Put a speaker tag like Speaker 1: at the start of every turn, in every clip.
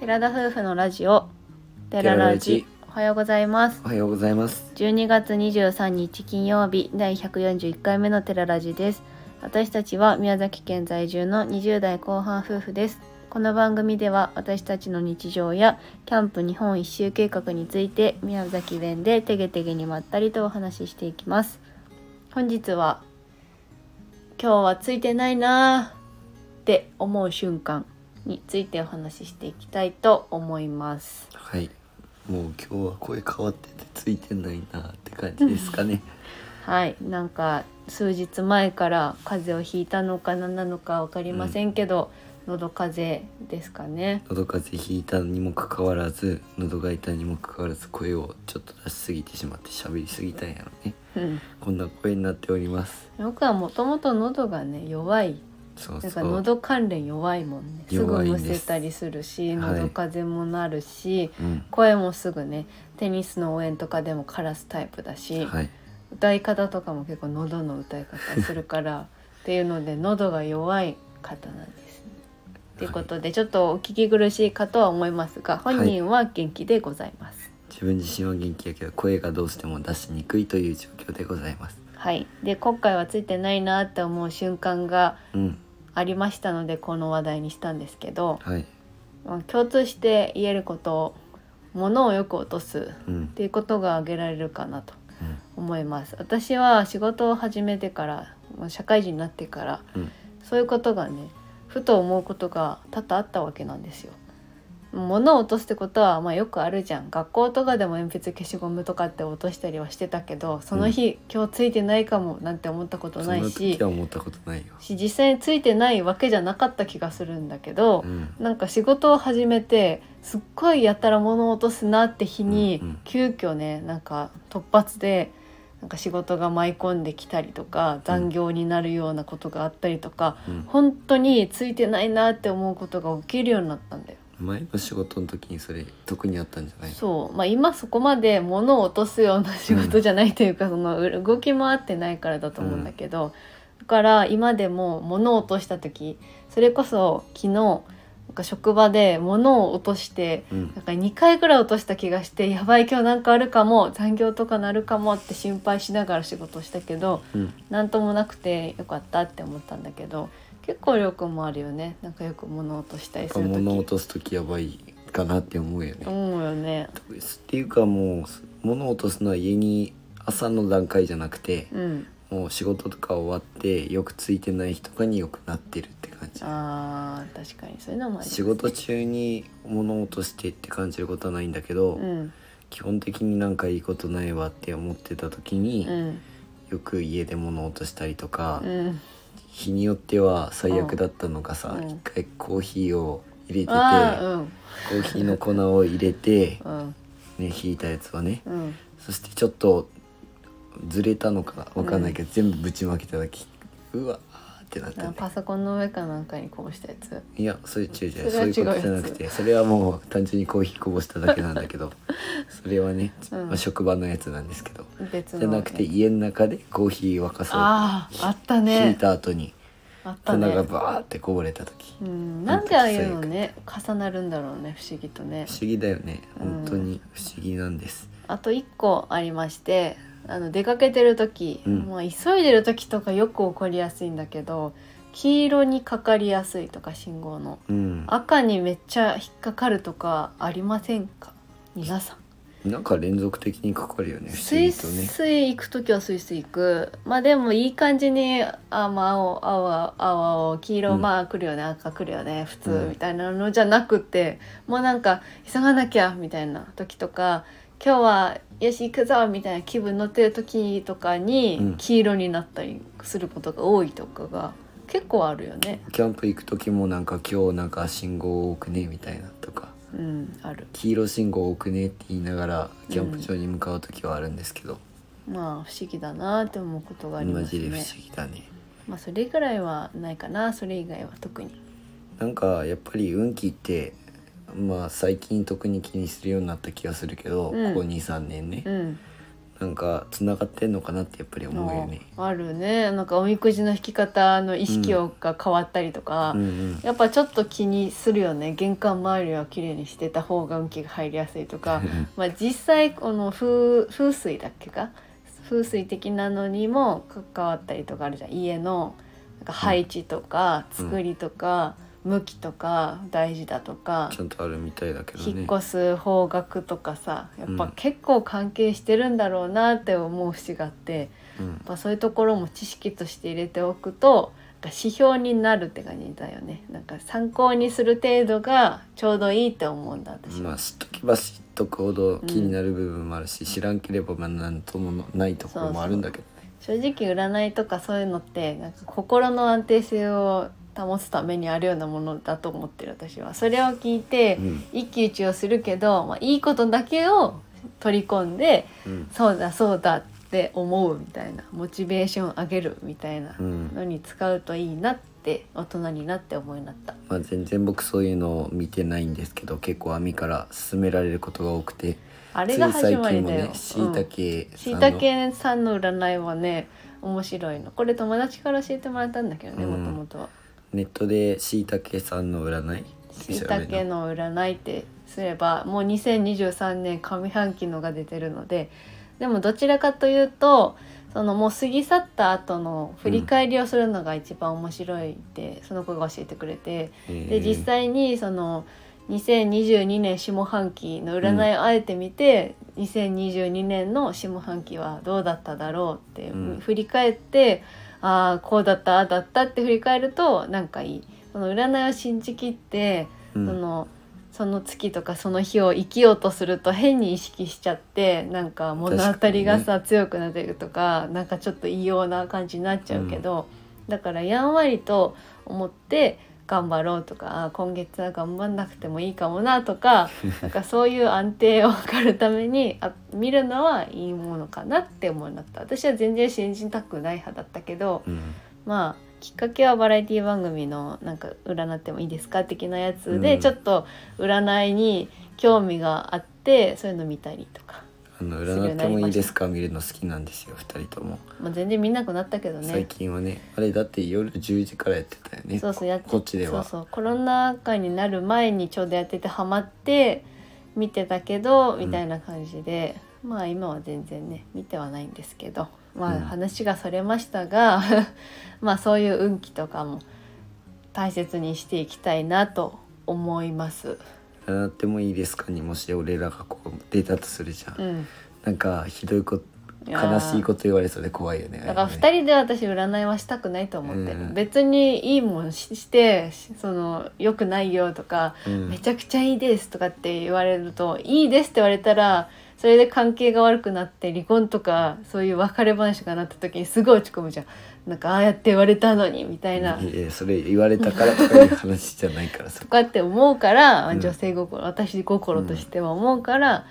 Speaker 1: 寺田夫婦のラジオ寺ラジおはようございます
Speaker 2: おはようございます
Speaker 1: 12月23日金曜日第141回目の寺ラジです私たちは宮崎県在住の20代後半夫婦ですこの番組では私たちの日常やキャンプ日本一周計画について宮崎弁でてげてげにまったりとお話ししていきます本日は今日はついてないなーって思う瞬間についてお話ししていきたいと思います
Speaker 2: はいもう今日は声変わっててついてないなって感じですかね
Speaker 1: はい、なんか数日前から風邪をひいたのか何なのか分かりませんけど、喉風邪ですかね。
Speaker 2: 喉風邪ひいたにもかかわらず喉が痛いにもかかわらず声をちょっと出しすぎてしまって喋りすぎたんやろね
Speaker 1: うん、
Speaker 2: こんな声になっております
Speaker 1: 僕はもともと喉がね弱い
Speaker 2: そう
Speaker 1: だ
Speaker 2: そ
Speaker 1: か
Speaker 2: う
Speaker 1: ら喉関連弱いもんねすぐ
Speaker 2: 弱いん
Speaker 1: む
Speaker 2: です
Speaker 1: せたりするし
Speaker 2: はい
Speaker 1: 喉風邪もなるし、
Speaker 2: うん
Speaker 1: 声もすぐねテニスの応援とかでも枯らすタイプだし、
Speaker 2: はい
Speaker 1: 歌い方とかも結構喉の歌い方するから っていうので喉が弱い方なんですね。ということでちょっとお聞き苦しいかとは思いますが本人は元気でございます。
Speaker 2: 自分自身は元気やけど声がどうしても出しにくいという状況でございます
Speaker 1: はい、で今回はついてないなって思う瞬間が
Speaker 2: うん
Speaker 1: ありましたのでこの話題にしたんですけど
Speaker 2: はい
Speaker 1: まあ共通して言えること物をよく落とす
Speaker 2: うん
Speaker 1: っていうことが挙げられるかなと
Speaker 2: うん
Speaker 1: 思います。私は仕事を始めてからもう社会人になってから
Speaker 2: うん
Speaker 1: そういうことがねふと思うことが多々あったわけなんですよ。物を落とすってことはまあよくあるじゃん学校とかでも鉛筆消しゴムとかって落としたりはしてたけどその日、今日ついてないかもなんて思ったこと
Speaker 2: そ
Speaker 1: なんい
Speaker 2: な時
Speaker 1: し
Speaker 2: は思ったことないよ
Speaker 1: し実際についてないわけじゃなかった気がするんだけど
Speaker 2: う、ん
Speaker 1: なんか仕事を始めてすっごいやたら物を落とすなって日に、
Speaker 2: うんうん
Speaker 1: 急遽ねなんか突発でなんか仕事が舞い込んできたりとか残業になるようなことがあったりとか、
Speaker 2: うん
Speaker 1: 本当についてないなって思うことが起きるようになったんだよ。
Speaker 2: 前の仕事の時にそれ特にあったんじゃない
Speaker 1: そう、まあ、今そこまで物を落とすような仕事じゃないというか、そのう動き回ってないからだと思うんだけど、だから今でも物を落とした時それこそ昨日なんか職場で物を落として
Speaker 2: うん
Speaker 1: なんか2回ぐらい落とした気がしてやばい今日なんかあるかも残業とかなるかもって心配しながら仕事したけど
Speaker 2: うん
Speaker 1: なんともなくてよかったって思ったんだけど結構よくもあるよねなんかよく物を落としたりす
Speaker 2: なん
Speaker 1: る
Speaker 2: か
Speaker 1: 時
Speaker 2: 物落とす時やばいかなって思うよね、
Speaker 1: 思うよね。
Speaker 2: っていうかもう物落とすのは家に朝の段階じゃなくて、
Speaker 1: うん
Speaker 2: もう仕事とか終わってよくついてない人がによくなってるって感じ
Speaker 1: あー確かにそういうのもあります
Speaker 2: 仕事中に物落としてって感じることはないんだけど、
Speaker 1: うん
Speaker 2: 基本的になんかいいことないわって思ってた時に、
Speaker 1: うん
Speaker 2: よく家で物落としたりとか、
Speaker 1: うん
Speaker 2: 日によっては最悪だったのがさ
Speaker 1: うん
Speaker 2: 一、回コーヒーを入れてて、
Speaker 1: あー
Speaker 2: コーヒーの粉を入れて、
Speaker 1: うんうん
Speaker 2: ね、ひいたやつはね
Speaker 1: うん
Speaker 2: そしてちょっとずれたのかなわかんないけど、全部ぶちまけただけうわーってなっ
Speaker 1: あ
Speaker 2: た
Speaker 1: の
Speaker 2: ね
Speaker 1: パソコンの上かなんかにこぼしたやつ
Speaker 2: いやそれ違う違う
Speaker 1: そ
Speaker 2: そうい
Speaker 1: れ
Speaker 2: うこ
Speaker 1: は違うやつ
Speaker 2: とじゃなくてそれはもう単純にコーヒーこぼしただけなんだ けどそれはね、
Speaker 1: うん
Speaker 2: まあ、職場のやつなんですけど
Speaker 1: 別の
Speaker 2: じゃなくて家の中でコーヒー沸かそう
Speaker 1: あああった
Speaker 2: ひい
Speaker 1: ね
Speaker 2: た後に
Speaker 1: あった
Speaker 2: 粉
Speaker 1: ね
Speaker 2: がバーってこぼれた時不
Speaker 1: うんなんでああいうのね重なるんだろうね不思議とね
Speaker 2: 思議だよね
Speaker 1: うん
Speaker 2: 本当に不思議なんです、
Speaker 1: あと一個ありましてあの出かけてる時、
Speaker 2: うん
Speaker 1: まあ急いでる時とかよく起こりやすいんだけど黄色にかかりやすいとか信号の
Speaker 2: うん、
Speaker 1: 赤にめっちゃ引っかかるとかありませんか皆さん
Speaker 2: なんか連続的にかかるよね不
Speaker 1: ス
Speaker 2: 思
Speaker 1: イ
Speaker 2: 議とね
Speaker 1: スイ行く時はスイスイ行くまあでもいい感じにあまあ青青青青黄色、
Speaker 2: うん
Speaker 1: まあ来るよね赤来るよね普通、
Speaker 2: うん
Speaker 1: みたいなのじゃなくてもうなんか急がなきゃみたいな時とか今日はよし行くぞみたいな気分乗ってる時とか
Speaker 2: う
Speaker 1: に
Speaker 2: ん
Speaker 1: 黄色になったりすることが多いとかが結構あるよね。
Speaker 2: キャンプ行く時もなんか今日なんか信号多くねみたいなとか
Speaker 1: うん、ある
Speaker 2: 黄色信号多くねって言いながらキャンプ場に向かう時はあるんですけど、
Speaker 1: まあ不思議だなって思うことがあり
Speaker 2: マ
Speaker 1: ます
Speaker 2: ジで不思
Speaker 1: ね。
Speaker 2: 議だね
Speaker 1: まあそれぐらいはないかなそれ以外は特に。
Speaker 2: なんかやっぱり運気ってまあ最近特に気にするようになった気がするけど、
Speaker 1: うん
Speaker 2: ここ23年ね、
Speaker 1: うん
Speaker 2: なんか繋がってんのかなってやっぱり思うよね。
Speaker 1: あるねなんかおみくじの引き方の意識をが変わったりとか、
Speaker 2: うんうん、
Speaker 1: やっぱちょっと気にするよね玄関周りは綺麗にしてた方が運気が入りやすいとかまあ実際この風風水だっけか風水的なのにも関わったりとかあるじゃん家のなんか配置とか
Speaker 2: うん
Speaker 1: 作りとか、向きとか大事だとか、
Speaker 2: ちゃんとあるみたいだけどね。
Speaker 1: 引っ越す方角とかさやっ
Speaker 2: う
Speaker 1: ぱ
Speaker 2: ん
Speaker 1: 結構関係してるんだろうなって思う節があって。
Speaker 2: うん
Speaker 1: やっ、ぱそういうところも知識として入れておくとなんか指標になるって感じだよねなんか参考にする程度がちょうどいいって思うんだ私
Speaker 2: ま
Speaker 1: は、
Speaker 2: あ知っとけば知っとくほど気になる部分もあるし、知らんければまあなんともないところもあるんだけどね。
Speaker 1: 正直占いとかそういうのってなんか心の安定性を保つためにあるようなものだと思ってる私はそれを聞いて
Speaker 2: うん
Speaker 1: 一喜一憂するけど、まあ、いいことだけを取り込んで
Speaker 2: うん
Speaker 1: そうだそうだって思うみたいなモチベーション上げるみたいな
Speaker 2: うん
Speaker 1: のに使うといいなって大人になって思いになった。
Speaker 2: まあ、全然僕そういうのを見てないんですけど結構網から勧められることが多くて
Speaker 1: あ
Speaker 2: つ
Speaker 1: れ
Speaker 2: い
Speaker 1: が
Speaker 2: 最
Speaker 1: 始まり
Speaker 2: 近も
Speaker 1: だ
Speaker 2: ね
Speaker 1: よ。
Speaker 2: しいたけ
Speaker 1: しいたけさんの占いはね面白いの。これ友達から教えてもらったんだけどね
Speaker 2: う
Speaker 1: も
Speaker 2: ん
Speaker 1: ともとは。
Speaker 2: ネットでしいたけさんの占い
Speaker 1: しいたけの占いってすればもう2023年上半期のが出てるのででもどちらかというとそのもう過ぎ去った後の振り返りをするのが一番面白いってその子が教えてくれて。で実際にその2022年下半期の占いをあえて見て、2022年の下半期はどうだっただろうって、
Speaker 2: うん
Speaker 1: 振り返ってああこうだったああだったって振り返るとなんかいい。その占いを信じきって、
Speaker 2: うん
Speaker 1: そのその月とかその日を生きようとすると変に意識しちゃってなんか物語がさ、強くなってるとかなんかちょっと異様な感じになっちゃうけど、だからやんわりと思って頑張ろうとかあ今月は頑張んなくてもいいかもなと かなんかそういう安定を図るためにあ見るのはいいものかなって思うようになった私は全然信じたくない派だったけど
Speaker 2: うん
Speaker 1: まあきっかけはバラエティ番組のなんか占ってもいいですか的なやつで、
Speaker 2: うん
Speaker 1: ちょっと占いに興味があってそういうの見たりとか、
Speaker 2: あの占ってもいいですか見るの好きなんですよ二人とも、
Speaker 1: まあ、全然見なくなったけど
Speaker 2: 最
Speaker 1: ね
Speaker 2: 近はねあれだって夜10時からやってたよね
Speaker 1: そうそうやって
Speaker 2: こっちでは
Speaker 1: そうそうコロナ禍になる前にちょうどやっててハマって見てたけどみたいな感じで、まあ今は全然ね見てはないんですけどまあ
Speaker 2: うん
Speaker 1: 話がそれましたが、 まあそういう運気とかも大切にしていきたいなと思います。
Speaker 2: 占ってもいいですかにもし俺らがこう出たとするじゃん、
Speaker 1: うん
Speaker 2: なんかひどいこと
Speaker 1: いや
Speaker 2: 悲
Speaker 1: ー
Speaker 2: しいこと言われそうで怖いよね
Speaker 1: だから
Speaker 2: あれね
Speaker 1: 2人で私占いはしたくないと思ってる、
Speaker 2: うん
Speaker 1: 別にいいもんししてしその良くないよとか、
Speaker 2: うん
Speaker 1: めちゃくちゃいいですとかって言われるといいですって言われたらそれで関係が悪くなって離婚とかそういう別れ話がなった時にすごい落ち込むじゃんなんかああやって言われたのにみたいな、
Speaker 2: いやそれ言われたからとかいう話じゃないからさ
Speaker 1: とかって思うから、
Speaker 2: うん
Speaker 1: 女性心私心としては思うから、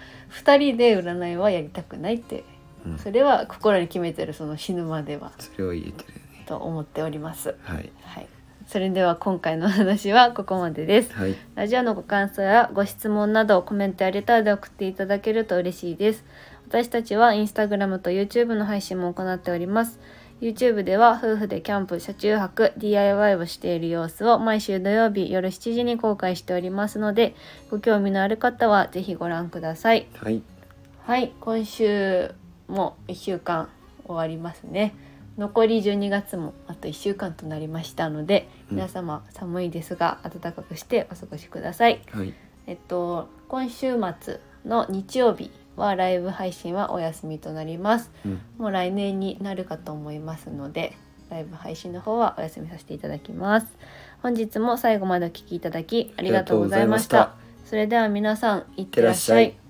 Speaker 1: 2人で占いはやりたくないって、
Speaker 2: うん
Speaker 1: それは心に決めてるその死ぬまでは
Speaker 2: それを言えてるよね
Speaker 1: と思っております。
Speaker 2: はい
Speaker 1: はい、それでは今回の話はここまでです。
Speaker 2: はい
Speaker 1: ラジオのご感想やご質問などコメントやレターで送っていただけると嬉しいです。私たちはインスタグラムと YouTube の配信も行っております。YouTube では夫婦でキャンプ、車中泊、DIY をしている様子を毎週土曜日夜7時に公開しておりますので、ご興味のある方はぜひご覧ください。
Speaker 2: はい
Speaker 1: はい、今週も1週間終わりますね。残り12月もあと1週間となりましたので、
Speaker 2: うん
Speaker 1: 皆様寒いですが暖かくしてお過ごしください。
Speaker 2: はい
Speaker 1: えっと今週末の日曜日はライブ配信はお休みとなります。
Speaker 2: うん
Speaker 1: もう来年になるかと思いますので、ライブ配信の方はお休みさせていただきます。本日も最後までお聞きいただきありがとうございました。
Speaker 2: ありがとうござい
Speaker 1: それでは皆さんいってらっし
Speaker 2: い
Speaker 1: ゃ
Speaker 2: ってらっ
Speaker 1: い
Speaker 2: しゃい